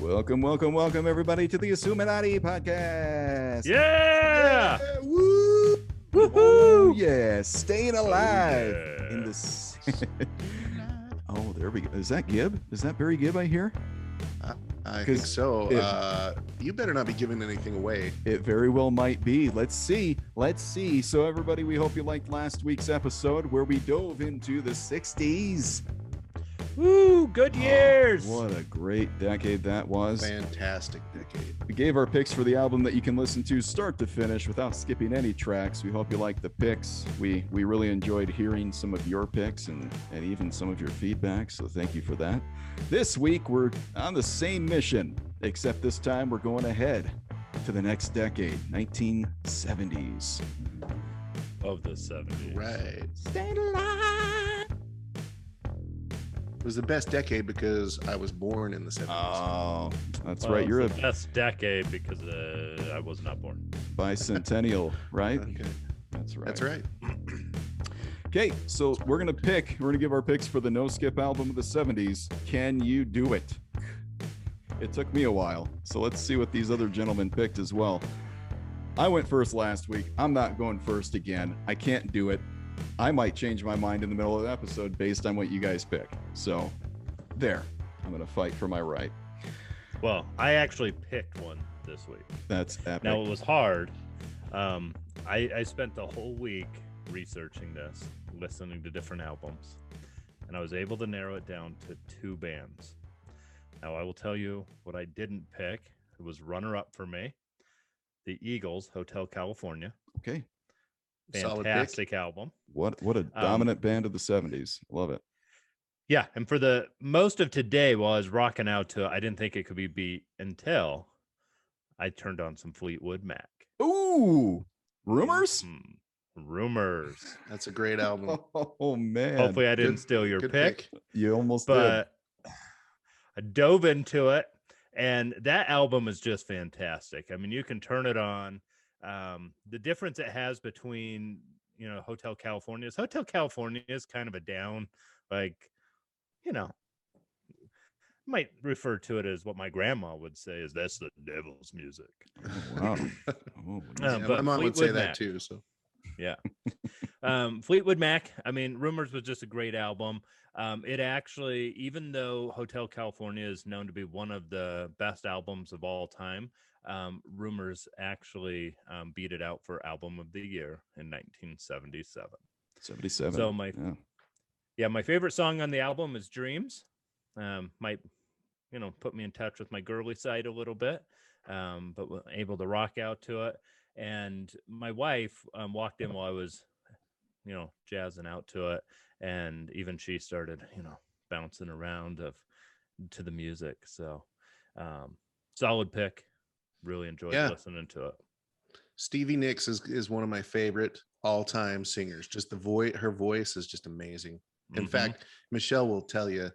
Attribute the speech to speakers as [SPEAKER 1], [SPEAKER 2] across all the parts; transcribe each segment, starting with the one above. [SPEAKER 1] Welcome, welcome, welcome, everybody, to the Assuminati podcast. Yeah,
[SPEAKER 2] Yeah!
[SPEAKER 1] Woo! Oh, yeah, staying alive
[SPEAKER 2] Oh, yeah.
[SPEAKER 1] in this. oh, there we go. Is that Gibb? Is that Barry Gibb I hear?
[SPEAKER 3] I think
[SPEAKER 1] 'Cause
[SPEAKER 3] so.
[SPEAKER 1] if-
[SPEAKER 3] uh, you better not be giving anything away.
[SPEAKER 1] It very well might be. Let's see. Let's see. So, everybody, we hope you liked last week's episode where we dove into the 60s.
[SPEAKER 2] Woo! Good years!
[SPEAKER 1] Oh, what a great decade that was.
[SPEAKER 3] Fantastic decade.
[SPEAKER 1] We gave our picks for the album that you can listen to start to finish without skipping any tracks. We hope you like the picks. We we really enjoyed hearing some of your picks and, and even some of your feedback, so thank you for that. This week we're on the same mission, except this time we're going ahead to the next decade, 1970s.
[SPEAKER 2] of the 70s.
[SPEAKER 3] Right.
[SPEAKER 1] Stay alive.
[SPEAKER 3] It was the best decade because I was born in the 70s.
[SPEAKER 1] Oh, that's
[SPEAKER 2] Well,
[SPEAKER 1] right. You're a
[SPEAKER 2] it's the best decade because uh, I was not born.
[SPEAKER 1] bicentennial, right?
[SPEAKER 3] okay.
[SPEAKER 1] That's right.
[SPEAKER 3] That's right.
[SPEAKER 1] Okay, so we're gonna pick. We're gonna give our picks for the No Skip album of the '70s. Can you do it? It took me a while, so let's see what these other gentlemen picked as well. I went first last week. I'm not going first again. I can't do it. I might change my mind in the middle of the episode based on what you guys pick. So, there. I'm gonna fight for my right.
[SPEAKER 2] Well, I actually picked one this week.
[SPEAKER 1] That's epic.
[SPEAKER 2] Now, it was hard. Um, I, I spent the whole week researching this, listening to different albums, and I was able to narrow it down to two bands. Now, I will tell you what I didn't pick. It was runner up for me The Eagles, Hotel California.
[SPEAKER 1] okay.
[SPEAKER 3] Solid pick.
[SPEAKER 2] Fantastic album.
[SPEAKER 1] What what a
[SPEAKER 2] um,
[SPEAKER 1] dominant band of the '70s. Love it.
[SPEAKER 2] Yeah, and for the most of today, while I was rocking out to, I didn't think it could be beat until I turned on some Fleetwood Mac.
[SPEAKER 1] Ooh, rumors.
[SPEAKER 2] Mm, rumors.
[SPEAKER 3] That's a great album.
[SPEAKER 1] Oh man.
[SPEAKER 2] Hopefully, I didn't
[SPEAKER 3] good-
[SPEAKER 2] steal your
[SPEAKER 3] Good
[SPEAKER 2] pick,
[SPEAKER 3] pick.
[SPEAKER 1] You almost did.
[SPEAKER 2] but I dove into it, and that album is just fantastic. I mean, you can turn it on. Um, the difference it has between you know Hotel California is Hotel California is kind of a down, like you know, might refer to it as what my grandma would say is that's the devil's music.
[SPEAKER 1] Oh, wow. Oh,
[SPEAKER 2] Uh,
[SPEAKER 3] Yeah, my
[SPEAKER 2] but
[SPEAKER 3] mom would say
[SPEAKER 2] Fleetwood
[SPEAKER 3] that
[SPEAKER 2] Mac.
[SPEAKER 3] too. So
[SPEAKER 2] um, Fleetwood Mac. I mean, Rumors was just a great album. Um, it actually, even though Hotel California is known to be one of the best albums of all time, um, Rumors actually um, beat it out for album of the year in 1977.
[SPEAKER 1] 77.
[SPEAKER 2] So my
[SPEAKER 1] yeah.
[SPEAKER 2] yeah, my favorite song on the album is Dreams. Um, might, you know, put me in touch with my girly side a little bit, um, but wa- able to rock out to it. And my wife um, walked in while I was, you know, jazzing out to it. And even she started, you know, bouncing around of to the music. So um, solid pick. Really enjoyed
[SPEAKER 3] Yeah.
[SPEAKER 2] listening to it.
[SPEAKER 3] Stevie Nicks is, is one of my favorite all time singers. Just the voice, her voice is just amazing. In
[SPEAKER 1] Mm-hmm.
[SPEAKER 2] Mhm.
[SPEAKER 3] fact, Michelle will tell you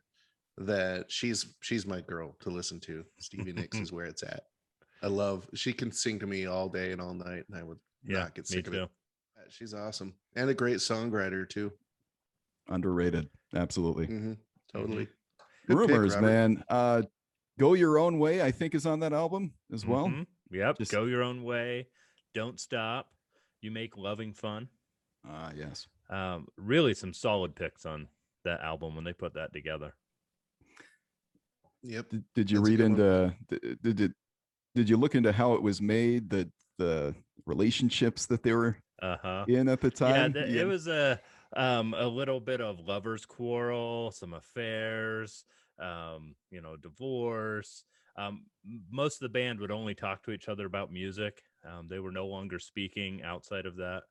[SPEAKER 3] that she's she's my girl to listen to. Stevie Nicks is where it's at. I love. She can sing to me all day and all night, and I would
[SPEAKER 2] yeah,
[SPEAKER 3] not get
[SPEAKER 2] me
[SPEAKER 3] sick of
[SPEAKER 2] too.
[SPEAKER 3] it. She's awesome and a great songwriter too.
[SPEAKER 1] Underrated. Absolutely.
[SPEAKER 3] Mhm, Totally. Good pick,
[SPEAKER 1] Mm-hmm. Rumors,
[SPEAKER 3] Robert.
[SPEAKER 1] man. Uh, Go Your Own Way, I think, is on that album as well.
[SPEAKER 2] Mhm. Yep.
[SPEAKER 1] Just-
[SPEAKER 2] Go your own way. Don't stop. You make loving fun.
[SPEAKER 1] Ah, yes.
[SPEAKER 2] Um, really, some solid picks on that album when they put that together.
[SPEAKER 3] Yep.
[SPEAKER 1] Did, did you
[SPEAKER 3] That's a
[SPEAKER 1] read
[SPEAKER 3] good one.
[SPEAKER 1] into, did, did, did, did you look into how it was made, the, the relationships that they were
[SPEAKER 2] Uh huh.
[SPEAKER 1] in at the
[SPEAKER 2] Yeah,
[SPEAKER 1] time?
[SPEAKER 2] th- it was a um, a little bit of lovers' quarrel, some affairs, um, you know, divorce. Um, m- most of the band would only talk to each other about music. Um, they were no longer speaking outside of that.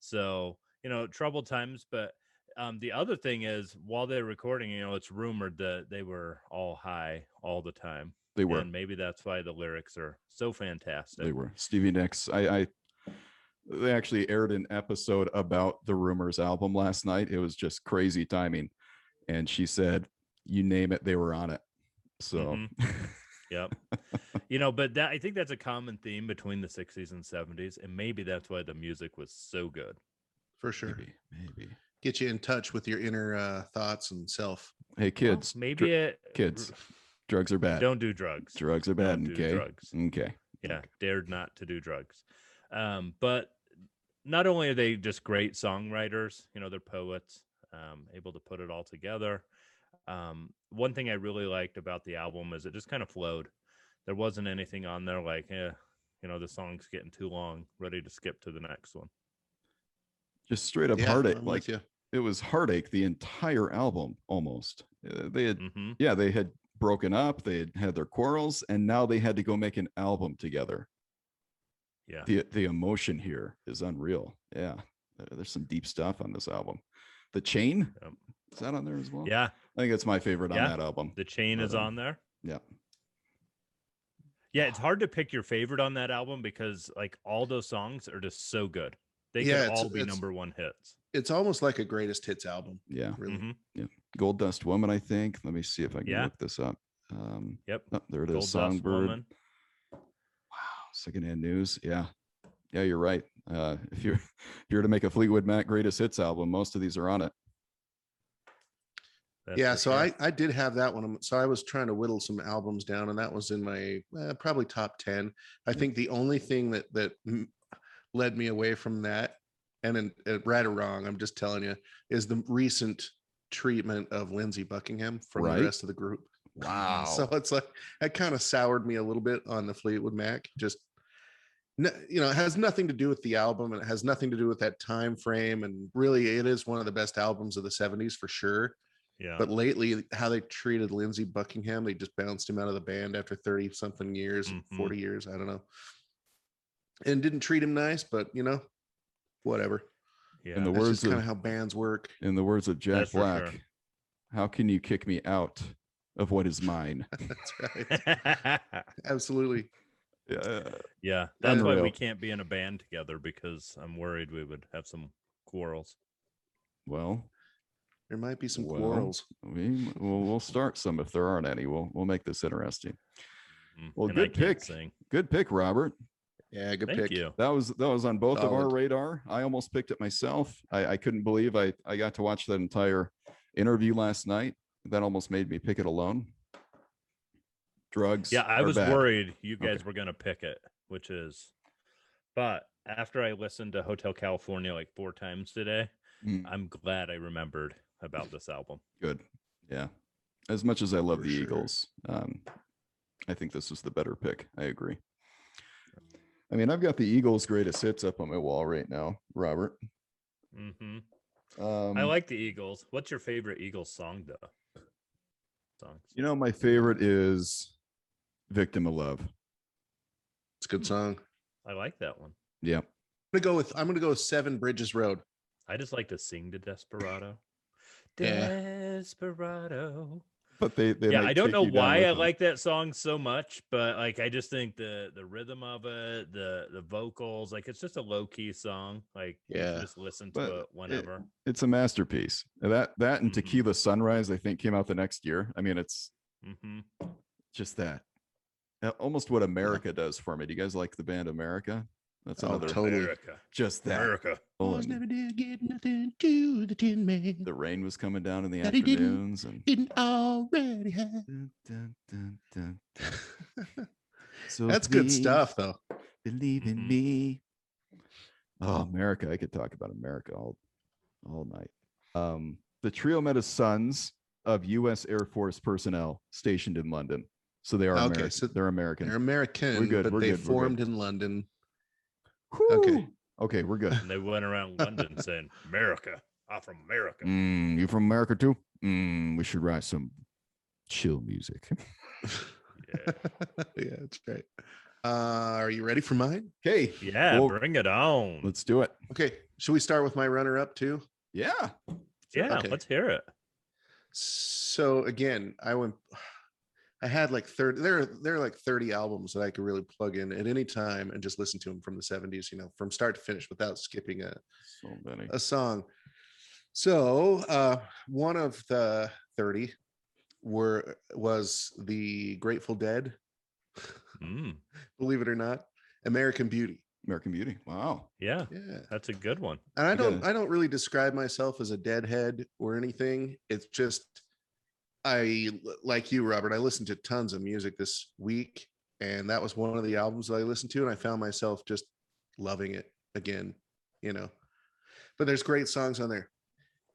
[SPEAKER 2] So you know, troubled times. But um, the other thing is, while they're recording, you know, it's rumored that they were all high all the time.
[SPEAKER 1] they were.
[SPEAKER 2] and maybe that's why the lyrics are so fantastic.
[SPEAKER 1] They were Stevie Nicks. I, I they actually aired an episode about the Rumors album last night. It was just crazy timing, and she said, "You name it, they were on it." So
[SPEAKER 2] Mm-hmm. Yep. you know, but that I think that's a common theme between the 60s and 70s, and maybe that's why the music was so good.
[SPEAKER 3] For sure.
[SPEAKER 1] maybe, maybe.
[SPEAKER 3] Get you in touch with your inner uh, thoughts and self.
[SPEAKER 1] Hey
[SPEAKER 2] Well,
[SPEAKER 1] kids,
[SPEAKER 2] maybe it
[SPEAKER 1] kids, Drugs are bad.
[SPEAKER 2] Don't do drugs.
[SPEAKER 1] drugs are bad.
[SPEAKER 2] Don't do
[SPEAKER 1] okay.
[SPEAKER 2] drugs.
[SPEAKER 1] Okay.
[SPEAKER 2] yeah dared not to do drugs um but not only are they just great songwriters you know they're poets um able to put it all together um one thing i really liked about the album is it just kind of flowed there wasn't anything on there like eh, you know the song's getting too long ready to skip to the next one
[SPEAKER 1] Just straight up
[SPEAKER 3] Yeah,
[SPEAKER 1] heartache.
[SPEAKER 3] I'm
[SPEAKER 1] like
[SPEAKER 3] with you.
[SPEAKER 1] it was heartache the entire album almost. Uh, they had
[SPEAKER 2] hmm
[SPEAKER 1] yeah, they had broken up, they had had their quarrels, and now they had to go make an album together.
[SPEAKER 2] yeah
[SPEAKER 1] The the emotion here is unreal. Yeah. There- There's some deep stuff on this album. The chain?
[SPEAKER 2] Yep.
[SPEAKER 1] Is that on there as well?
[SPEAKER 2] yeah
[SPEAKER 1] I think that's my favorite
[SPEAKER 2] Yeah.
[SPEAKER 1] on that album.
[SPEAKER 2] the chain
[SPEAKER 1] Right
[SPEAKER 2] is
[SPEAKER 1] on.
[SPEAKER 2] on there
[SPEAKER 1] Yeah.
[SPEAKER 2] yeah it's hard to pick your favorite on that album because like all those songs are just so good they
[SPEAKER 3] Yeah,
[SPEAKER 2] could
[SPEAKER 3] it's-
[SPEAKER 2] all be
[SPEAKER 3] it's-
[SPEAKER 2] number one hits
[SPEAKER 3] It's almost like a greatest hits album,
[SPEAKER 1] Yeah.
[SPEAKER 3] really.
[SPEAKER 2] Mhm.
[SPEAKER 1] Gold Dust Woman, I think. Let me see if I can
[SPEAKER 2] Yeah.
[SPEAKER 1] look this up. Um
[SPEAKER 2] yep
[SPEAKER 1] oh, there it is.
[SPEAKER 2] Gold Dust
[SPEAKER 1] Songbird.
[SPEAKER 2] Woman.
[SPEAKER 1] Secondhand news. Yeah. Yeah, you're right. Uh, if you're if you're to make a Fleetwood Mac greatest hits album, most of these are on it.
[SPEAKER 2] That's
[SPEAKER 3] yeah
[SPEAKER 2] for
[SPEAKER 3] so
[SPEAKER 2] sure.
[SPEAKER 3] i i did have that one um, so i was trying to whittle some albums down and that was in my uh, probably top 10
[SPEAKER 2] Mm.
[SPEAKER 3] i think the only thing that that mm, led me away from that and in, uh, right or wrong i'm just telling you is the recent treatment of lindsey buckingham from
[SPEAKER 1] Right.
[SPEAKER 3] the rest of the group
[SPEAKER 1] Wow.
[SPEAKER 3] so it's like that kind of soured me a little bit on the fleetwood mac just n- you know it has nothing to do with the album and it has nothing to do with that time frame and really it is one of the best albums of the 70s for sure
[SPEAKER 2] yeah
[SPEAKER 3] but lately, how they treated Lindsey Buckingham, they just bounced him out of the band after 30 something years, and
[SPEAKER 2] Mhm.
[SPEAKER 3] 40 years, I don't know. And didn't treat him nice, but you know, whatever.
[SPEAKER 2] yeah
[SPEAKER 1] the
[SPEAKER 3] That's
[SPEAKER 1] words
[SPEAKER 3] just kind
[SPEAKER 1] of-
[SPEAKER 3] of how bands work.
[SPEAKER 1] In the words of Jack
[SPEAKER 2] That's for
[SPEAKER 1] Black,
[SPEAKER 2] sure.
[SPEAKER 1] how can you kick me out of what is mine?
[SPEAKER 3] That's right. Absolutely.
[SPEAKER 1] Yeah.
[SPEAKER 2] yeah, that's why we
[SPEAKER 1] Unreal.
[SPEAKER 2] can't be in a band together because I'm worried we would have some quarrels.
[SPEAKER 1] Well,
[SPEAKER 3] There might be some
[SPEAKER 1] Well,
[SPEAKER 3] quarrels.
[SPEAKER 1] we we'll, we'll start some if there aren't any. We'll we'll make this interesting.
[SPEAKER 2] Mm,
[SPEAKER 1] Well,
[SPEAKER 2] and I
[SPEAKER 1] good
[SPEAKER 2] can't
[SPEAKER 1] pick.
[SPEAKER 2] sing.
[SPEAKER 1] Good pick, Robert.
[SPEAKER 3] Yeah, good
[SPEAKER 2] Thank
[SPEAKER 3] pick.
[SPEAKER 2] you.
[SPEAKER 1] That was that was on both of our
[SPEAKER 3] Solid.
[SPEAKER 1] radar. I almost picked it myself. I, I couldn't believe I I got to watch that entire interview last night. That almost made me pick it alone. Drugs.
[SPEAKER 2] Yeah, I
[SPEAKER 1] are
[SPEAKER 2] was
[SPEAKER 1] bad.
[SPEAKER 2] worried you
[SPEAKER 1] Okay.
[SPEAKER 2] guys were gonna pick it, which is. But after I listened to Hotel California like four times today,
[SPEAKER 1] Mm,
[SPEAKER 2] I'm glad I remembered about this album.
[SPEAKER 1] good. Yeah. As much as I love
[SPEAKER 3] For
[SPEAKER 1] the
[SPEAKER 3] sure.
[SPEAKER 1] Eagles, um, I think this is the better pick. I agree. I mean, I've got the Eagles' greatest hits up on my wall right now, Robert.
[SPEAKER 2] hmm
[SPEAKER 1] Um,
[SPEAKER 2] I like the Eagles. What's your favorite Eagles song though? Songs.
[SPEAKER 1] You know, my favorite is "Victim of Love."
[SPEAKER 3] It's a good song.
[SPEAKER 2] I like that one.
[SPEAKER 1] Yeah.
[SPEAKER 3] I'm gonna go with I'm gonna go with Seven Bridges Road.
[SPEAKER 2] I just like to sing to Desperado.
[SPEAKER 3] Yeah.
[SPEAKER 2] Desperado.
[SPEAKER 1] But they, they
[SPEAKER 2] yeah,
[SPEAKER 1] might
[SPEAKER 2] I don't
[SPEAKER 1] take
[SPEAKER 2] know
[SPEAKER 1] you down
[SPEAKER 2] why
[SPEAKER 1] with
[SPEAKER 2] I
[SPEAKER 1] them.
[SPEAKER 2] like that song so much, but like I just think the the rhythm of it, the the vocals, like it's just a low key song. Like you should
[SPEAKER 3] Yeah.
[SPEAKER 2] just listen to
[SPEAKER 1] But
[SPEAKER 2] it whenever.
[SPEAKER 1] it's a masterpiece. And That that and
[SPEAKER 2] Mhm.
[SPEAKER 1] Tequila Sunrise, I think, came out the next year. I mean, it's
[SPEAKER 2] hmm
[SPEAKER 1] just that. uh, Almost what America does for me. Do you guys like the band America? That's
[SPEAKER 3] Oh,
[SPEAKER 1] another
[SPEAKER 3] totally.
[SPEAKER 2] America,
[SPEAKER 1] just that.
[SPEAKER 2] America.
[SPEAKER 1] Oh,
[SPEAKER 3] Boys
[SPEAKER 1] and
[SPEAKER 3] never did get nothing to the tin man.
[SPEAKER 1] the rain was coming down in the
[SPEAKER 3] That he didn't-
[SPEAKER 1] afternoons and
[SPEAKER 3] Didn't already have.
[SPEAKER 1] Dun, dun, dun, dun. So
[SPEAKER 3] That's good
[SPEAKER 1] please
[SPEAKER 3] stuff though.
[SPEAKER 1] Believe in
[SPEAKER 2] Mhm.
[SPEAKER 1] me. Mm-hmm. Oh, America. I could talk about America all all night. Um, the trio met as sons of US Air Force personnel stationed in London. So they are
[SPEAKER 3] Okay,
[SPEAKER 1] American.
[SPEAKER 3] so
[SPEAKER 1] They're American.
[SPEAKER 3] They're American,
[SPEAKER 1] good,
[SPEAKER 3] but
[SPEAKER 1] we're
[SPEAKER 3] they
[SPEAKER 1] good, we're good.
[SPEAKER 3] formed in London.
[SPEAKER 1] Okay. Okay, we're good.
[SPEAKER 2] And they went around London saying America. I'm from America.
[SPEAKER 1] Mm, you from America too? Mm, we should write some chill music.
[SPEAKER 2] Yeah,
[SPEAKER 3] yeah, that's right. Uh, are you ready for mine?
[SPEAKER 1] Okay.
[SPEAKER 2] yeah
[SPEAKER 1] Well,
[SPEAKER 2] bring it on.
[SPEAKER 1] Let's do it.
[SPEAKER 3] Okay. Should we start with my runner up too?
[SPEAKER 1] Yeah.
[SPEAKER 2] yeah,
[SPEAKER 3] okay.
[SPEAKER 2] let's hear it.
[SPEAKER 3] So again, I went I had like 30 there are there are like 30 albums that I could really plug in at any time and just listen to them from the 70s, you know, from start to finish without skipping a,
[SPEAKER 1] So many.
[SPEAKER 3] a song. So uh one of the 30 were was the Grateful Dead,
[SPEAKER 2] Mm,
[SPEAKER 3] believe it or not, American Beauty.
[SPEAKER 1] American Beauty. Wow.
[SPEAKER 2] yeah,
[SPEAKER 3] Yeah.
[SPEAKER 2] that's a good one.
[SPEAKER 3] and I
[SPEAKER 1] You
[SPEAKER 3] don't
[SPEAKER 1] gotta-
[SPEAKER 3] I don't really describe myself as a deadhead or anything. It's just I like you, Robert. I listened to tons of music this week, and that was one of the albums that I listened to, and I found myself just loving it again. You know, but there's great songs on there.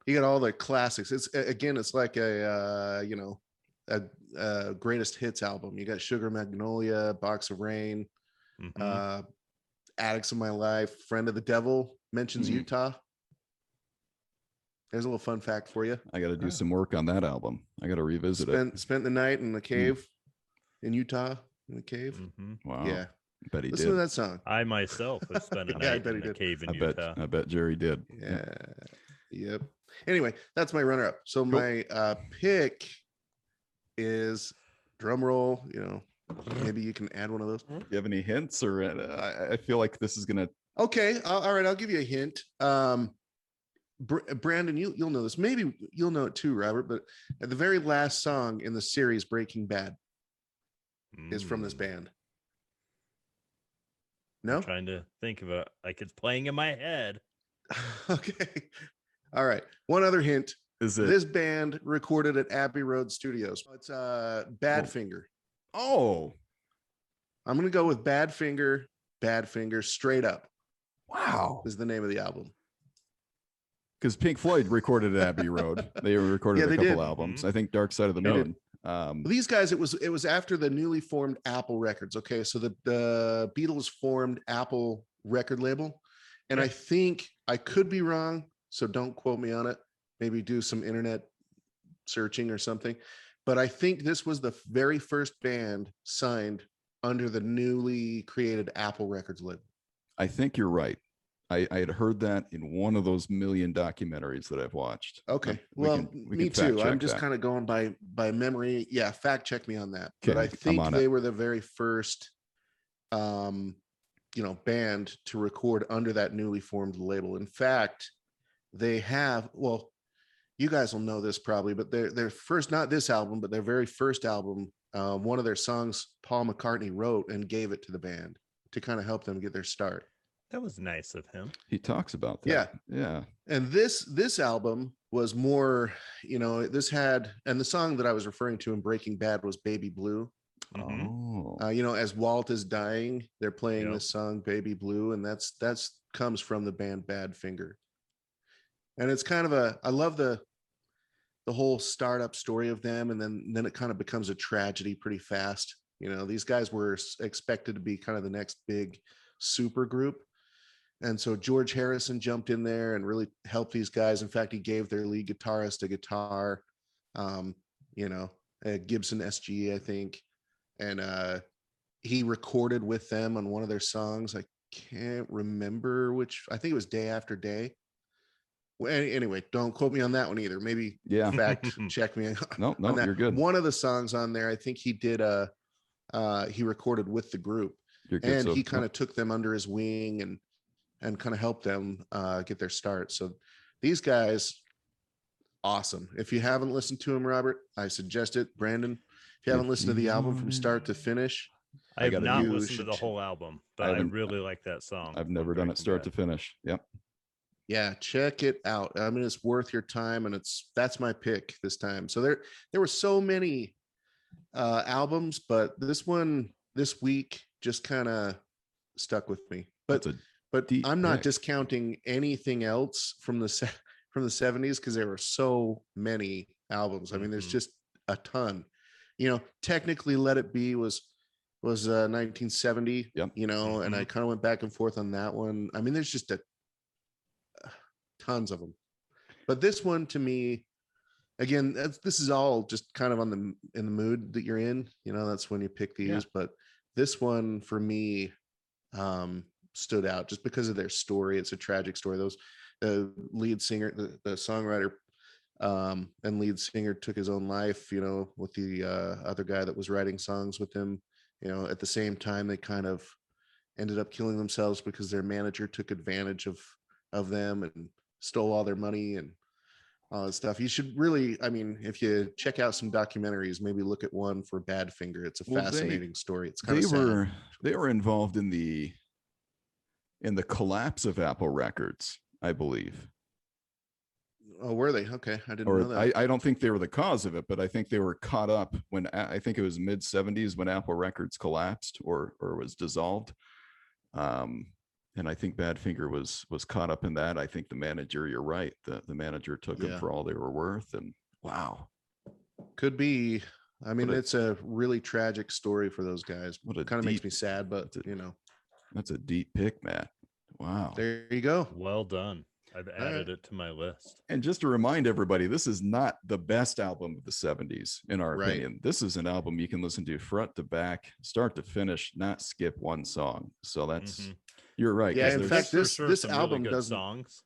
[SPEAKER 3] You got all the classics. It's a- again, it's like a uh, you know a, a greatest hits album. You got Sugar Magnolia, Box of Rain,
[SPEAKER 2] Mhm.
[SPEAKER 1] Mm-hmm.
[SPEAKER 3] uh, Addicts of My Life, Friend of the Devil mentions
[SPEAKER 1] Mhm.
[SPEAKER 3] Utah. There's a little fun fact for you.
[SPEAKER 1] I got to do
[SPEAKER 2] Yeah.
[SPEAKER 1] some work on that album. I got to revisit it. Mm.
[SPEAKER 3] Spent spent the night in the cave in Utah in the cave.
[SPEAKER 2] Mhm.
[SPEAKER 1] Wow.
[SPEAKER 3] Yeah,
[SPEAKER 1] bet he
[SPEAKER 3] listen
[SPEAKER 1] did.
[SPEAKER 3] to that song.
[SPEAKER 2] I myself have spent a
[SPEAKER 3] Yeah, I
[SPEAKER 2] night
[SPEAKER 3] bet
[SPEAKER 2] in
[SPEAKER 3] he
[SPEAKER 2] a
[SPEAKER 3] did.
[SPEAKER 2] cave in
[SPEAKER 1] I
[SPEAKER 2] Utah.
[SPEAKER 1] bet. I bet Jerry did.
[SPEAKER 3] Yeah. Yep. Anyway, that's my runner up. So my uh pick is drum roll, you know, maybe you can add one of those.
[SPEAKER 1] Do you have any hints, or uh, I, I feel like this is gonna.
[SPEAKER 3] Okay, I'll- all right, I'll give you a hint. Um Br- Brandon, you you'll know this. Maybe you'll know it too, Robert, but at the very last song in the series Breaking Bad is from this
[SPEAKER 1] Hmm.
[SPEAKER 2] Mm.
[SPEAKER 3] band.
[SPEAKER 2] I'm
[SPEAKER 3] No?
[SPEAKER 2] trying to think of it like it's playing in my head.
[SPEAKER 3] okay. All right. One other hint.
[SPEAKER 1] Is it?
[SPEAKER 3] This band recorded at Abbey Road Studios. It's uh Badfinger.
[SPEAKER 1] oh,
[SPEAKER 3] I'm gonna go with Badfinger. Badfinger straight up
[SPEAKER 1] wow.
[SPEAKER 3] is the name of the album.
[SPEAKER 1] Because Pink Floyd recorded at Abbey Road. They recorded
[SPEAKER 3] Yeah,
[SPEAKER 1] a
[SPEAKER 3] they
[SPEAKER 1] couple
[SPEAKER 3] did.
[SPEAKER 1] albums. I think Dark Side of the
[SPEAKER 2] They did.
[SPEAKER 1] Moon. Um,
[SPEAKER 3] These guys, it was it was after the newly formed Apple Records. Okay, so the the Beatles formed Apple record label, and I think I could be wrong, so don't quote me on it. Maybe do some internet searching or something, but I think this was the very first band signed under the newly created Apple Records label.
[SPEAKER 1] I think you're right. I, I had heard that in one of those million documentaries that I've watched. Um,
[SPEAKER 3] Okay.
[SPEAKER 1] we
[SPEAKER 3] well,
[SPEAKER 1] can-
[SPEAKER 3] m-
[SPEAKER 1] we
[SPEAKER 3] me
[SPEAKER 1] can fact
[SPEAKER 3] too. I'm
[SPEAKER 1] check
[SPEAKER 3] just
[SPEAKER 1] that.
[SPEAKER 3] kind of going by by memory. Yeah, fact check me on that. but
[SPEAKER 1] Okay,
[SPEAKER 3] I
[SPEAKER 1] I'm
[SPEAKER 3] think
[SPEAKER 1] on
[SPEAKER 3] they
[SPEAKER 1] it.
[SPEAKER 3] were the very first um you know, band to record under that newly formed label. In fact, they have well, you guys will know this probably, but their their first not this album, but their very first album, um, one of their songs Paul McCartney wrote and gave it to the band to kind of help them get their start.
[SPEAKER 2] That was nice of him.
[SPEAKER 1] He talks about
[SPEAKER 3] Yeah.
[SPEAKER 1] that. Yeah. Yeah.
[SPEAKER 3] and this this album was more you know this had and the song that i was referring to in breaking bad was baby blue
[SPEAKER 2] Mhm.
[SPEAKER 1] Oh.
[SPEAKER 3] uh, you know as walt is dying they're playing
[SPEAKER 2] Yep.
[SPEAKER 3] this song baby blue and that's that's comes from the band bad finger and it's kind of a i love the the whole startup story of them and then then it kind of becomes a tragedy pretty fast you know these guys were s- expected to be kind of the next big super group and so george harrison jumped in there and really helped these guys in fact he gave their lead guitarist a guitar um you know a gibson sg i think and uh he recorded with them on one of their songs i can't remember which i think it was day after day well, any- anyway don't quote me on that one either maybe
[SPEAKER 1] Yeah.
[SPEAKER 3] fact check me
[SPEAKER 1] No, no,
[SPEAKER 3] on that.
[SPEAKER 1] you're good.
[SPEAKER 3] One of the songs on there, I think he did uh uh he recorded with the group
[SPEAKER 1] You're good.
[SPEAKER 3] and
[SPEAKER 1] So-
[SPEAKER 3] he kind of took them under his wing and and kind of helped them uh get their start. So these guys awesome. If you haven't listened to him, Robert, I suggest it. Brandon, if you
[SPEAKER 1] If
[SPEAKER 3] haven't listened to
[SPEAKER 1] you
[SPEAKER 3] the album from
[SPEAKER 1] wanna-
[SPEAKER 3] start to finish,
[SPEAKER 2] I have
[SPEAKER 1] gotta
[SPEAKER 2] not
[SPEAKER 3] do-
[SPEAKER 2] listened to the
[SPEAKER 3] should-
[SPEAKER 2] whole album,
[SPEAKER 1] I
[SPEAKER 2] but I,
[SPEAKER 1] haven't-
[SPEAKER 2] really like that song.
[SPEAKER 1] I've
[SPEAKER 2] from
[SPEAKER 1] never done
[SPEAKER 2] Breaking
[SPEAKER 1] it start
[SPEAKER 2] Bad.
[SPEAKER 1] to finish. Yep.
[SPEAKER 3] yeah, check it out. I mean, it's worth your time, and it's that's my pick this time. So there, there were so many uh albums, but this one this week just kind of stuck with me. But
[SPEAKER 1] That's a
[SPEAKER 3] but
[SPEAKER 1] deep
[SPEAKER 3] I'm not
[SPEAKER 1] pick.
[SPEAKER 3] discounting anything else from the se- from the 70s because there were so many albums. I mean, there's
[SPEAKER 1] Mm-hmm.
[SPEAKER 2] Mhm.
[SPEAKER 3] just a ton. You know, technically, Let It Be was was uh, 1970.
[SPEAKER 1] Yep. Mm-hmm.
[SPEAKER 3] You know, and I kind of went back and forth on that one. I mean, there's just a tons of them. But this one to me, again, that's, this is all just kind of on the m- in the mood that you're in. You know, that's when you pick these.
[SPEAKER 1] Yeah.
[SPEAKER 3] But this one for me um, stood out just because of their story. It's a tragic story. Those the uh, lead singer, the, the songwriter, um, and lead singer took his own life. You know, with the uh, other guy that was writing songs with him. You know, at the same time, they kind of ended up killing themselves because their manager took advantage of of them and stole all their money and all that stuff. You should really, I mean, if you check out some documentaries, maybe look at one for Badfinger. It's a
[SPEAKER 1] Well, they-
[SPEAKER 3] fascinating story. It's kind
[SPEAKER 1] they
[SPEAKER 3] of sad.
[SPEAKER 1] were they were involved in the in the collapse of Apple Records, I believe.
[SPEAKER 3] Oh, were they? Okay, I didn't know
[SPEAKER 1] or
[SPEAKER 3] that.
[SPEAKER 1] I, I don't think they were the cause of it, but I think they were caught up when A- I think it was mid '70s when Apple Records collapsed or or was dissolved, um, and I think Badfinger was was caught up in that. I think the manager, you're right, the the manager took them
[SPEAKER 3] Yeah.
[SPEAKER 1] for all they were worth, and wow,
[SPEAKER 3] Could be. I mean,
[SPEAKER 1] a-
[SPEAKER 3] it's a really tragic story for those guys.
[SPEAKER 1] What a
[SPEAKER 3] Kind of makes
[SPEAKER 1] deep-
[SPEAKER 3] me sad, but
[SPEAKER 1] that's a-
[SPEAKER 3] you know,
[SPEAKER 1] that's a deep pick, Matt. Wow.
[SPEAKER 3] there you go.
[SPEAKER 2] Well done. I've
[SPEAKER 3] right.
[SPEAKER 2] added it to my list.
[SPEAKER 1] and just to remind everybody, this is not the best album of the 70s, in our
[SPEAKER 3] Right.
[SPEAKER 1] opinion. This is an album you can listen to front to back, start to finish, not skip one song. So that's
[SPEAKER 2] Mhm.
[SPEAKER 1] you're right. 'cause
[SPEAKER 3] Mm-hmm. Yeah, in
[SPEAKER 1] there's-
[SPEAKER 3] fact,
[SPEAKER 2] there's
[SPEAKER 3] this-
[SPEAKER 2] for
[SPEAKER 3] this
[SPEAKER 2] some really
[SPEAKER 3] album
[SPEAKER 2] good
[SPEAKER 3] doesn't-
[SPEAKER 2] songs.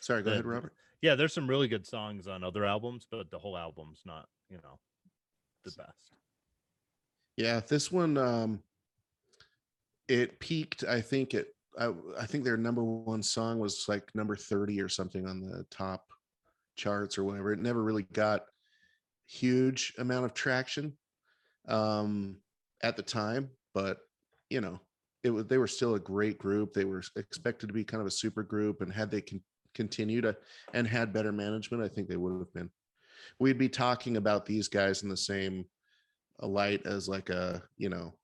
[SPEAKER 3] Sorry, go
[SPEAKER 2] Uh,
[SPEAKER 3] ahead, Robert.
[SPEAKER 2] Yeah, there's some really good songs on other albums, but the whole album's not, you know, the best.
[SPEAKER 3] Yeah, this one um it peaked, I think it I, I think their number one song was like number 30 or something on the top charts or whatever. It never really got huge amount of traction um at the time, but you know, it was they were still a great group. They were expected to be kind of a super group and had they con- continued uh, and had better management, I think they would have been. We'd be talking about these guys in the same a light as like a you know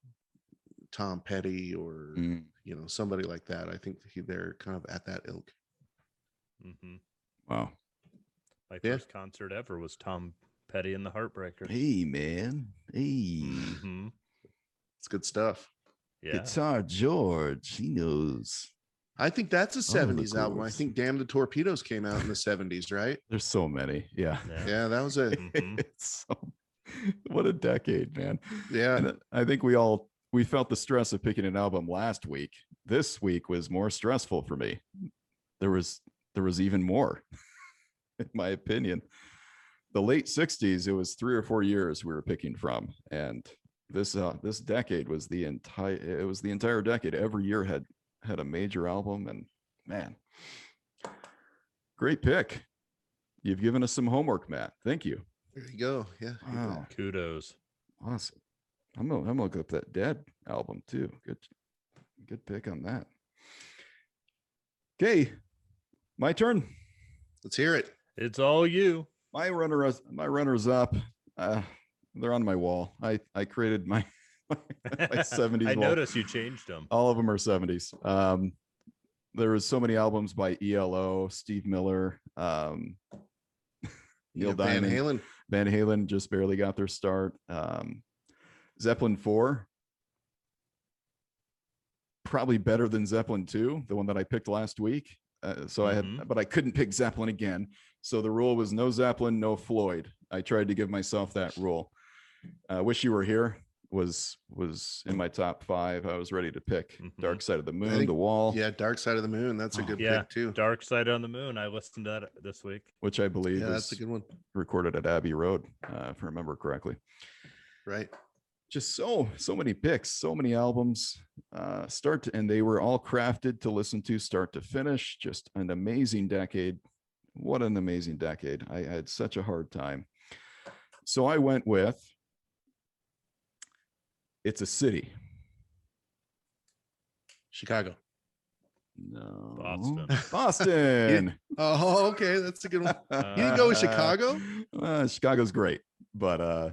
[SPEAKER 3] Tom Petty or
[SPEAKER 1] Mm,
[SPEAKER 3] you know somebody like that. I think he, they're kind of at that ilk.
[SPEAKER 2] hmm
[SPEAKER 1] wow.
[SPEAKER 2] My
[SPEAKER 3] Yeah.
[SPEAKER 2] first concert ever was Tom Petty and the Heartbreakers.
[SPEAKER 1] Hey, man. Hey,
[SPEAKER 3] Mm,
[SPEAKER 2] hmm
[SPEAKER 3] It's good stuff.
[SPEAKER 2] Yeah.
[SPEAKER 1] Guitar George. He knows.
[SPEAKER 3] I think that's a '70s album. I
[SPEAKER 1] course.
[SPEAKER 3] think "Damn the Torpedoes" came out in the '70s, right?
[SPEAKER 1] There's so many. Yeah.
[SPEAKER 3] Yeah, Mm-hmm. that was a
[SPEAKER 2] Mhm.
[SPEAKER 1] it's so, what a decade, man.
[SPEAKER 3] yeah.
[SPEAKER 1] And uh, I think we all we felt the stress of picking an album last week. This week was more stressful for me. There was there was even more, in my opinion. The late '60s, it was three or four years we were picking from, and this uh, this decade was the entire it was the entire decade. Every year had had a major album, and man, great pick. You've given us some homework, Matt. Thank you.
[SPEAKER 3] There you go. Yeah. you bet.
[SPEAKER 1] Wow.
[SPEAKER 2] Kudos.
[SPEAKER 1] Awesome. I'm gonna I'm gonna look up that Dead album too. Good, good pick on that. Okay, my turn.
[SPEAKER 3] Let's hear it.
[SPEAKER 2] It's all you.
[SPEAKER 1] My runner us my runners up. Uh, they're on my wall. I I created my
[SPEAKER 2] I
[SPEAKER 1] 70s wall.
[SPEAKER 2] noticed you changed them.
[SPEAKER 1] all of them are 70s. Um, there was so many albums by ELO, Steve Miller, um,
[SPEAKER 3] You
[SPEAKER 1] Neil
[SPEAKER 3] got Van
[SPEAKER 1] Diamond.
[SPEAKER 3] Halen.
[SPEAKER 1] Van Halen just barely got their start. Um, Zeppelin 4, probably better than Zeppelin 2, the one that I picked last week. Uh, so I
[SPEAKER 2] Mhm.
[SPEAKER 1] had, but I couldn't pick Zeppelin again. So the rule was no Zeppelin, no Floyd. I tried to give myself that rule. Uh, Wish You Were Here was was in my top five. I was ready to pick
[SPEAKER 2] Mhm.
[SPEAKER 1] Dark Side of the Moon,
[SPEAKER 3] think-
[SPEAKER 1] The Wall,
[SPEAKER 3] Yeah, Dark Side of the Moon. That's a
[SPEAKER 1] Oh,
[SPEAKER 3] good
[SPEAKER 2] yeah.
[SPEAKER 3] pick too.
[SPEAKER 2] Dark Side on the Moon. I listened to that this week.
[SPEAKER 1] which I believe
[SPEAKER 3] Yeah, that's
[SPEAKER 1] is
[SPEAKER 3] a good one.
[SPEAKER 1] recorded at Abbey Road, uh, if I remember correctly.
[SPEAKER 3] Right.
[SPEAKER 1] just so so many picks so many albums uh start to, and they were all crafted to listen to start to finish just an amazing decade what an amazing decade i had such a hard time so i went with it's a city
[SPEAKER 3] Chicago.
[SPEAKER 1] no
[SPEAKER 2] Boston.
[SPEAKER 1] boston
[SPEAKER 3] Oh, okay. That's a good one. You didn't go with Chicago?
[SPEAKER 1] Uh, Chicago's great, but uh,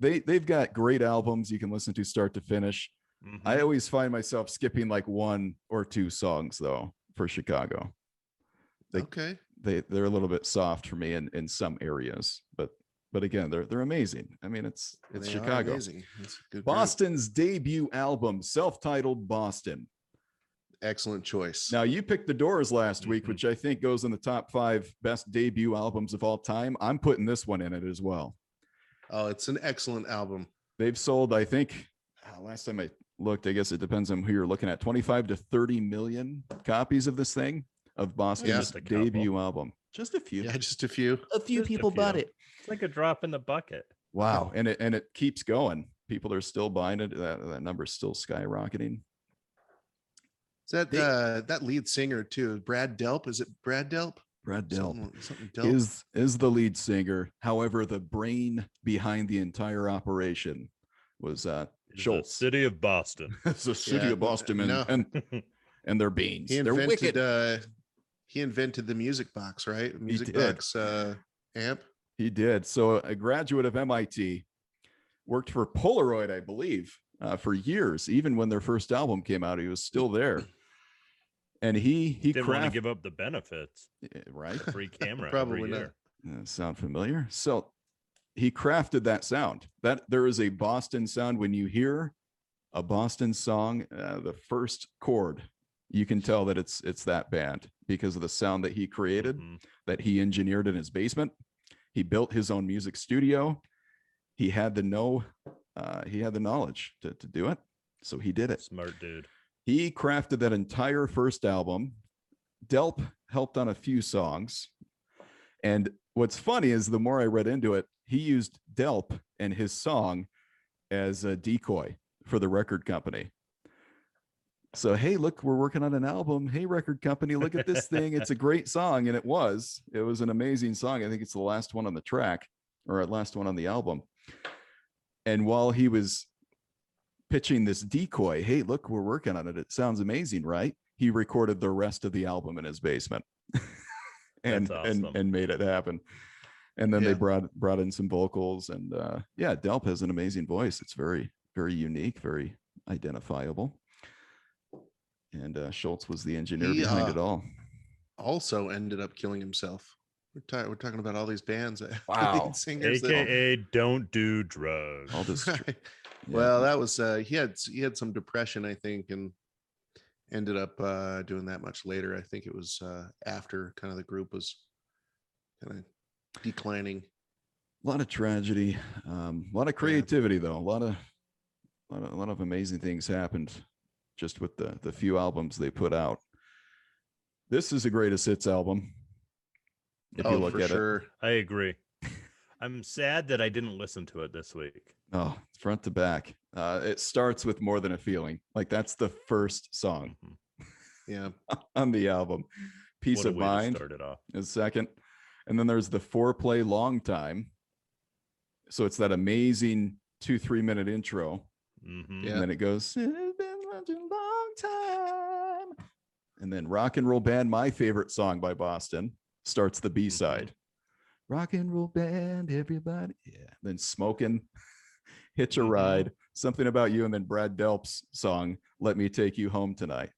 [SPEAKER 1] they they've got great albums you can listen to start to finish.
[SPEAKER 2] Mhm.
[SPEAKER 1] I always find myself skipping like one or two songs though for Chicago. They-
[SPEAKER 3] okay.
[SPEAKER 1] They they're a little bit soft for me in in some areas, but but again, they're they're amazing. I mean, it's it's
[SPEAKER 3] They are
[SPEAKER 1] Chicago.
[SPEAKER 3] amazing. That's a good group.
[SPEAKER 1] Boston's debut album, self-titled Boston.
[SPEAKER 3] Excellent choice.
[SPEAKER 1] Now you picked The Doors last week,
[SPEAKER 3] Mm-hmm.
[SPEAKER 2] Mhm.
[SPEAKER 1] which I think goes in the top 5 best debut albums of all time. I'm putting this one in it as well.
[SPEAKER 3] Oh, it's an excellent album.
[SPEAKER 1] They've sold, I think, uh, last time I looked, I guess it depends on who you're looking at, 25 to 30 million copies of this thing of Boston's
[SPEAKER 2] Just a couple.
[SPEAKER 1] debut album. Just a few.
[SPEAKER 3] Yeah, just a few.
[SPEAKER 1] A few
[SPEAKER 2] Just a people bought few. it. It's like a drop in the bucket.
[SPEAKER 1] Wow. And it and it keeps going. People are still buying it. That, that number's still skyrocketing.
[SPEAKER 3] Is that
[SPEAKER 1] They-
[SPEAKER 3] uh, that lead singer too? Brad Delp? Is it Brad Delp?
[SPEAKER 1] Brad Delp
[SPEAKER 3] Something, something Delp.
[SPEAKER 1] is is the lead singer. However, the brain behind the entire operation was uh
[SPEAKER 2] It's the
[SPEAKER 1] Schultz.
[SPEAKER 2] City of Boston.
[SPEAKER 1] It's the city
[SPEAKER 3] Yeah,
[SPEAKER 1] of Boston and,
[SPEAKER 3] no.
[SPEAKER 1] and and their beans.
[SPEAKER 3] he
[SPEAKER 1] They're wicked.
[SPEAKER 3] invented uh, he invented the music box, right? The Music
[SPEAKER 1] did.
[SPEAKER 3] box uh, amp.
[SPEAKER 1] He did. So, a graduate of MIT worked for Polaroid, I believe, uh, for years. Even when their first album came out, he was still there. And he he
[SPEAKER 2] Didn't want to
[SPEAKER 1] crafted
[SPEAKER 2] give up the benefits.
[SPEAKER 1] right.
[SPEAKER 2] Free camera
[SPEAKER 3] Probably
[SPEAKER 2] every
[SPEAKER 3] not.
[SPEAKER 2] year.
[SPEAKER 1] Uh, sound familiar? So, he crafted that sound. That there is a Boston sound when you hear a Boston song, uh, the first chord, you can tell that it's it's that band because of the sound that he created.
[SPEAKER 2] Mhm.
[SPEAKER 1] that he engineered in his basement. He built his own music studio. He had the know, uh, he had the knowledge to, to do it. So he did it.
[SPEAKER 2] Smart dude.
[SPEAKER 1] He crafted that entire first album. Delp helped on a few songs. And what's funny is the more I read into it, he used Delp and his song as a decoy for the record company. So, hey, look, we're working on an album. Hey, record company, look at this thing. It's a great song. And it was, it was an amazing song. I think it's the last one on the track or last one on the album. And while he was pitching this decoy. Hey, look, we're working on it. It sounds amazing, right? He recorded the rest of the album in his basement and,
[SPEAKER 2] That's
[SPEAKER 1] and
[SPEAKER 2] awesome.
[SPEAKER 1] and made it happen. And then they
[SPEAKER 3] Yeah.
[SPEAKER 1] brought brought in some vocals and uh yeah, Delp has an amazing voice. It's very very unique, very identifiable. And uh Schultz was the engineer
[SPEAKER 3] He,
[SPEAKER 1] behind
[SPEAKER 3] uh,
[SPEAKER 1] it all.
[SPEAKER 3] Also ended up killing himself. We're, ta- we're talking about all these bands. that- lead
[SPEAKER 1] Wow.
[SPEAKER 3] singers that-
[SPEAKER 2] AKA don't do drugs.
[SPEAKER 1] All this
[SPEAKER 3] Right.
[SPEAKER 1] Yeah.
[SPEAKER 3] Well, that was uh, he had he had some depression, I think, and ended up uh, doing that much later. I think it was uh, after kind of the group was kind of declining.
[SPEAKER 1] a lot of tragedy, um, a lot of creativity though. A lot of, a lot of, a lot of amazing things happened just with the the few albums they put out. This is the greatest hits album. If
[SPEAKER 3] Oh,
[SPEAKER 2] Oh,
[SPEAKER 1] you look at it,
[SPEAKER 2] I agree. I'm sad that I didn't listen to it this week.
[SPEAKER 1] oh, front to back. Uh, it starts with more than a feeling. Like that's the first song
[SPEAKER 2] Mhm.
[SPEAKER 3] Yeah,
[SPEAKER 1] on the album. Peace
[SPEAKER 2] What a
[SPEAKER 1] of
[SPEAKER 2] way to
[SPEAKER 1] mind.
[SPEAKER 2] Start it off.
[SPEAKER 1] is second. And then there's the foreplay long time. So it's that amazing two, three minute intro.
[SPEAKER 2] Mhm.
[SPEAKER 3] Yeah.
[SPEAKER 1] And then it goes, "It's been such a long time. And then Rock and Roll Band, my favorite song by Boston, starts the
[SPEAKER 2] Mm-hmm.
[SPEAKER 1] B side. Rock and Roll Band, everybody. Yeah. Then Smoking, Hitch a
[SPEAKER 2] Mhm.
[SPEAKER 1] Ride, Something About You. And then Brad Delp's song, Let Me Take You Home Tonight.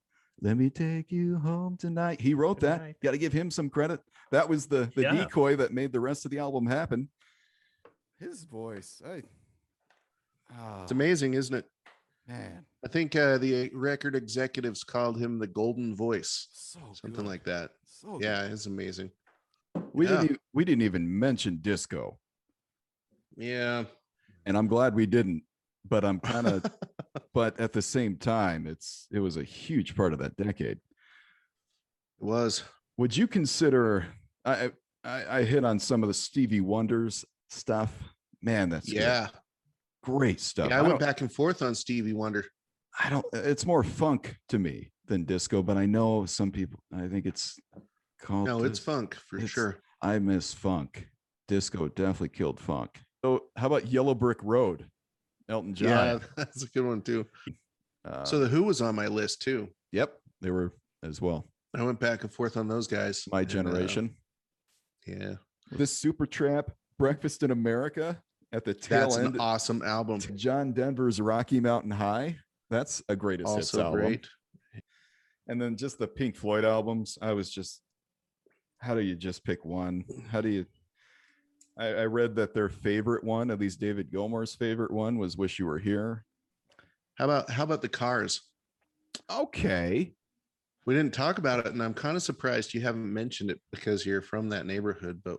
[SPEAKER 1] Let me take you home tonight. He wrote
[SPEAKER 2] Tonight.
[SPEAKER 1] that. Got to give him some credit. That was the, the
[SPEAKER 2] Yeah.
[SPEAKER 1] decoy that made the rest of the album happen.
[SPEAKER 4] His voice, I. Ah,
[SPEAKER 3] it's amazing, isn't it?
[SPEAKER 4] oh, man,
[SPEAKER 3] I think uh, the record executives called him the Golden Voice,
[SPEAKER 4] so
[SPEAKER 3] something
[SPEAKER 4] Oh, good,
[SPEAKER 3] like that.
[SPEAKER 4] So good.
[SPEAKER 3] Yeah, it's amazing.
[SPEAKER 1] We
[SPEAKER 3] Yeah.
[SPEAKER 1] didn't e- we didn't even mention disco.
[SPEAKER 3] Yeah,
[SPEAKER 1] and I'm glad we didn't. But I'm kind of, but at the same time, it's it was a huge part of that decade.
[SPEAKER 3] it was.
[SPEAKER 1] Would you consider? I I- I, I hit on some of the Stevie Wonder's stuff. Man, that's good.
[SPEAKER 3] yeah,
[SPEAKER 1] great stuff.
[SPEAKER 3] yeah. I
[SPEAKER 1] I,
[SPEAKER 3] went
[SPEAKER 1] don't,
[SPEAKER 3] back and forth on Stevie Wonder.
[SPEAKER 1] I don't. It's more funk to me than disco, but I know some people. I think it's called.
[SPEAKER 3] No, it's
[SPEAKER 1] dis-
[SPEAKER 3] funk for
[SPEAKER 1] Oh, it's-
[SPEAKER 3] sure.
[SPEAKER 1] I miss funk. Disco definitely killed funk. So, how about Yellow Brick Road? Elton John.
[SPEAKER 3] Yeah, that's a good one too.
[SPEAKER 1] Uh,
[SPEAKER 3] so the Who was on my list too.
[SPEAKER 1] yep, they were as well.
[SPEAKER 3] I went back and forth on those guys.
[SPEAKER 1] My
[SPEAKER 3] and, uh,
[SPEAKER 1] generation.
[SPEAKER 3] yeah,
[SPEAKER 1] this super trap breakfast in america at the tail
[SPEAKER 3] that's
[SPEAKER 1] end
[SPEAKER 3] an awesome album.
[SPEAKER 1] to john denver's rocky mountain high that's a greatest hits
[SPEAKER 3] Also
[SPEAKER 1] album
[SPEAKER 3] great.
[SPEAKER 1] and then just the pink floyd albums i was just how do you just pick one how do you I, I read that their favorite one at least david gilmour's favorite one was wish you were here
[SPEAKER 3] How about how about the Cars?
[SPEAKER 1] okay
[SPEAKER 3] We didn't talk about it, and I'm kind of surprised you haven't mentioned it because you're from that neighborhood. But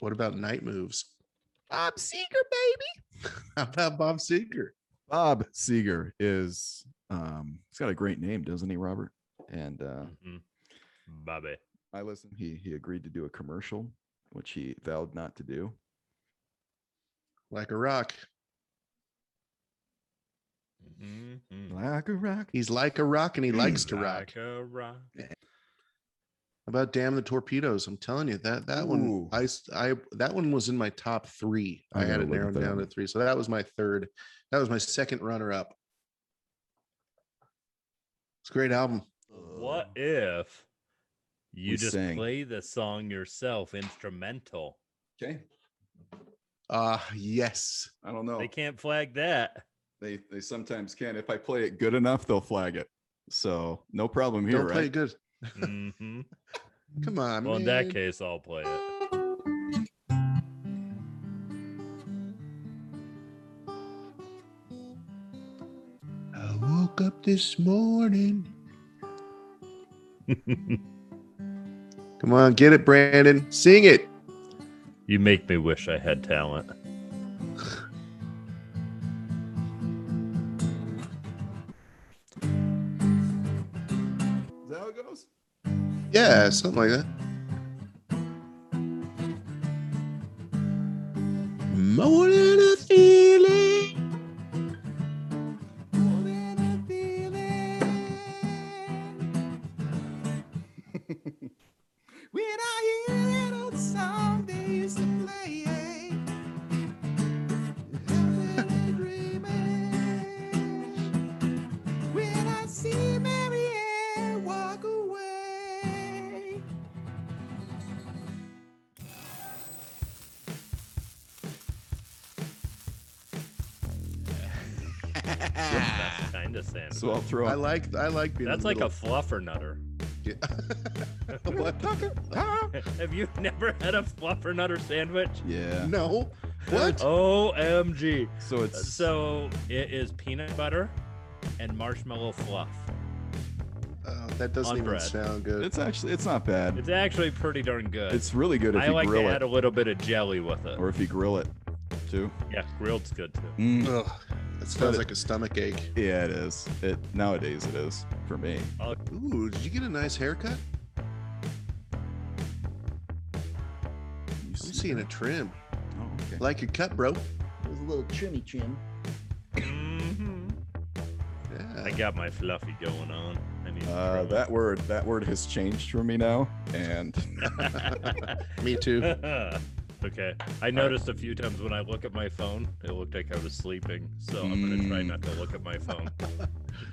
[SPEAKER 3] what about Night Moves?
[SPEAKER 1] bob seeger baby
[SPEAKER 3] How about Bob Seger?
[SPEAKER 1] bob seeger is um he's got a great name doesn't he robert and uh
[SPEAKER 2] Mhm. Bobby.
[SPEAKER 1] I listened. He he agreed to do a commercial, which he vowed not to do.
[SPEAKER 3] Like a rock.
[SPEAKER 2] Mhm.
[SPEAKER 1] Like a rock.
[SPEAKER 3] He's like a rock, and he likes to rock.
[SPEAKER 2] Like a rock.
[SPEAKER 3] How about Damn the Torpedoes? I'm telling you that that one
[SPEAKER 1] Ooh.
[SPEAKER 3] I s- I that one was in my top three.
[SPEAKER 1] I
[SPEAKER 3] I, had
[SPEAKER 1] gotta
[SPEAKER 3] it
[SPEAKER 1] look at
[SPEAKER 3] narrowed
[SPEAKER 1] that
[SPEAKER 3] down
[SPEAKER 1] one.
[SPEAKER 3] to three, so that was my third. That was my second runner up.
[SPEAKER 1] Um,
[SPEAKER 3] It's a great album.
[SPEAKER 2] What if You
[SPEAKER 1] Uh, We
[SPEAKER 2] just
[SPEAKER 1] sang.
[SPEAKER 2] play the song yourself, instrumental.
[SPEAKER 1] Okay.
[SPEAKER 3] Ah, yes.
[SPEAKER 1] I don't know.
[SPEAKER 2] They can't flag that.
[SPEAKER 1] They they sometimes can. If I play it good enough, they'll flag it. So no problem here,
[SPEAKER 3] Don't
[SPEAKER 1] right?
[SPEAKER 3] play it good.
[SPEAKER 2] hmm
[SPEAKER 3] Come on,
[SPEAKER 2] Well, in
[SPEAKER 3] man.
[SPEAKER 2] that case, I'll play it.
[SPEAKER 3] I woke up this morning. Come on, get it, Brandon. Sing it.
[SPEAKER 2] You make me wish I had talent.
[SPEAKER 1] Is that how it goes?
[SPEAKER 3] Yeah, something like that. More than a feeling.
[SPEAKER 4] when I hear it on Sundays to play. When I see Mary Ann walk away.
[SPEAKER 2] That's kind of Santa.
[SPEAKER 1] Ah. So I'll throw.
[SPEAKER 3] I like I like being in
[SPEAKER 2] That's
[SPEAKER 3] the
[SPEAKER 2] like a
[SPEAKER 3] middle.
[SPEAKER 2] fluffer nutter.
[SPEAKER 3] What? Ah,
[SPEAKER 2] Have you never had a fluffer nutter sandwich?
[SPEAKER 1] yeah.
[SPEAKER 3] No. What?
[SPEAKER 2] Oh. OMG.
[SPEAKER 1] So it's
[SPEAKER 2] So it is peanut butter and marshmallow fluff.
[SPEAKER 3] Oh, that doesn't
[SPEAKER 2] On
[SPEAKER 3] even
[SPEAKER 2] bread.
[SPEAKER 3] sound good.
[SPEAKER 1] it's actually it's not bad.
[SPEAKER 2] It's actually pretty darn good.
[SPEAKER 1] It's really good if
[SPEAKER 2] I
[SPEAKER 1] you
[SPEAKER 2] like to
[SPEAKER 1] grill
[SPEAKER 2] add
[SPEAKER 1] it,
[SPEAKER 2] a little bit of jelly with it.
[SPEAKER 1] or if you grill it, too.
[SPEAKER 2] yeah, grilled's good too.
[SPEAKER 1] Mm,
[SPEAKER 3] Ugh, that sounds like a stomach ache.
[SPEAKER 1] Yeah, it is. It nowadays it is for me.
[SPEAKER 3] Ooh, did you get a nice haircut?
[SPEAKER 1] You
[SPEAKER 3] I'm seeing a trim.
[SPEAKER 1] Oh, okay.
[SPEAKER 3] Like your cut, bro.
[SPEAKER 4] There's a little trimmy trim.
[SPEAKER 2] Mhm.
[SPEAKER 1] Mm-hmm.
[SPEAKER 2] I
[SPEAKER 3] Yeah.
[SPEAKER 2] got my fluffy going on. I need to
[SPEAKER 1] Uh,
[SPEAKER 2] grill
[SPEAKER 1] that word that word has changed for me now, and
[SPEAKER 2] it.
[SPEAKER 3] Me too.
[SPEAKER 2] okay. I noticed a few times when I look at my phone, it looked like I was sleeping. So I'm gonna try
[SPEAKER 1] Mm.
[SPEAKER 2] not to look at my phone.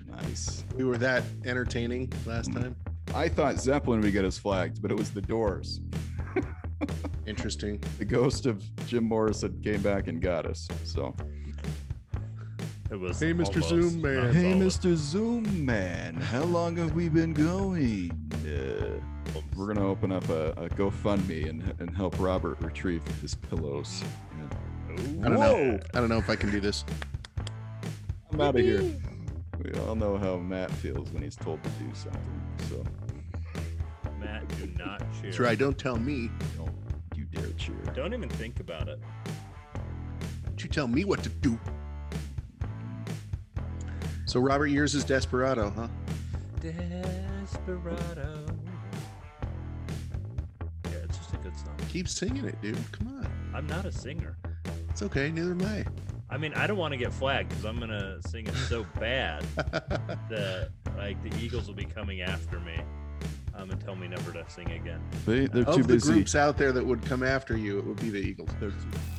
[SPEAKER 1] nice.
[SPEAKER 3] We were that entertaining last
[SPEAKER 2] Mm-hmm.
[SPEAKER 3] time.
[SPEAKER 1] I thought Zeppelin would get us flagged, but it was the Doors.
[SPEAKER 3] Interesting.
[SPEAKER 1] The ghost of Jim Morrison came back and got us. So
[SPEAKER 2] It was.
[SPEAKER 3] Hey, Mr.
[SPEAKER 2] almost-
[SPEAKER 3] Zoom Man.
[SPEAKER 2] not as
[SPEAKER 1] Hey,
[SPEAKER 2] almost,
[SPEAKER 1] Mr. Zoom Man, how long have we been going? Uh,
[SPEAKER 2] almost.
[SPEAKER 1] we're gonna open up a, a GoFundMe and and help Robert retrieve his pillows.
[SPEAKER 2] Ooh.
[SPEAKER 3] I don't
[SPEAKER 1] Whoa.
[SPEAKER 3] know. I don't know if I can do this.
[SPEAKER 1] I'm out of here. We all know how Matt feels when he's told to do something. So
[SPEAKER 2] Matt, do not cheer.
[SPEAKER 3] That's right. Don't tell me.
[SPEAKER 1] don't you dare cheer.
[SPEAKER 2] Don't even think about it.
[SPEAKER 3] Don't you tell me what to do. So Robert, yours is Desperado, huh?
[SPEAKER 2] Desperado. Yeah, it's just a good song.
[SPEAKER 3] Keep singing it, dude. Come on.
[SPEAKER 2] I'm not a singer.
[SPEAKER 3] It's okay. Neither am I.
[SPEAKER 2] I mean, I don't want to get flagged because I'm gonna sing it so bad that like the Eagles will be coming after me um, and tell me never to sing again.
[SPEAKER 1] They, they're too
[SPEAKER 3] of the
[SPEAKER 1] busy.
[SPEAKER 3] groups out there that would come after you, it would be the Eagles.
[SPEAKER 1] They're too,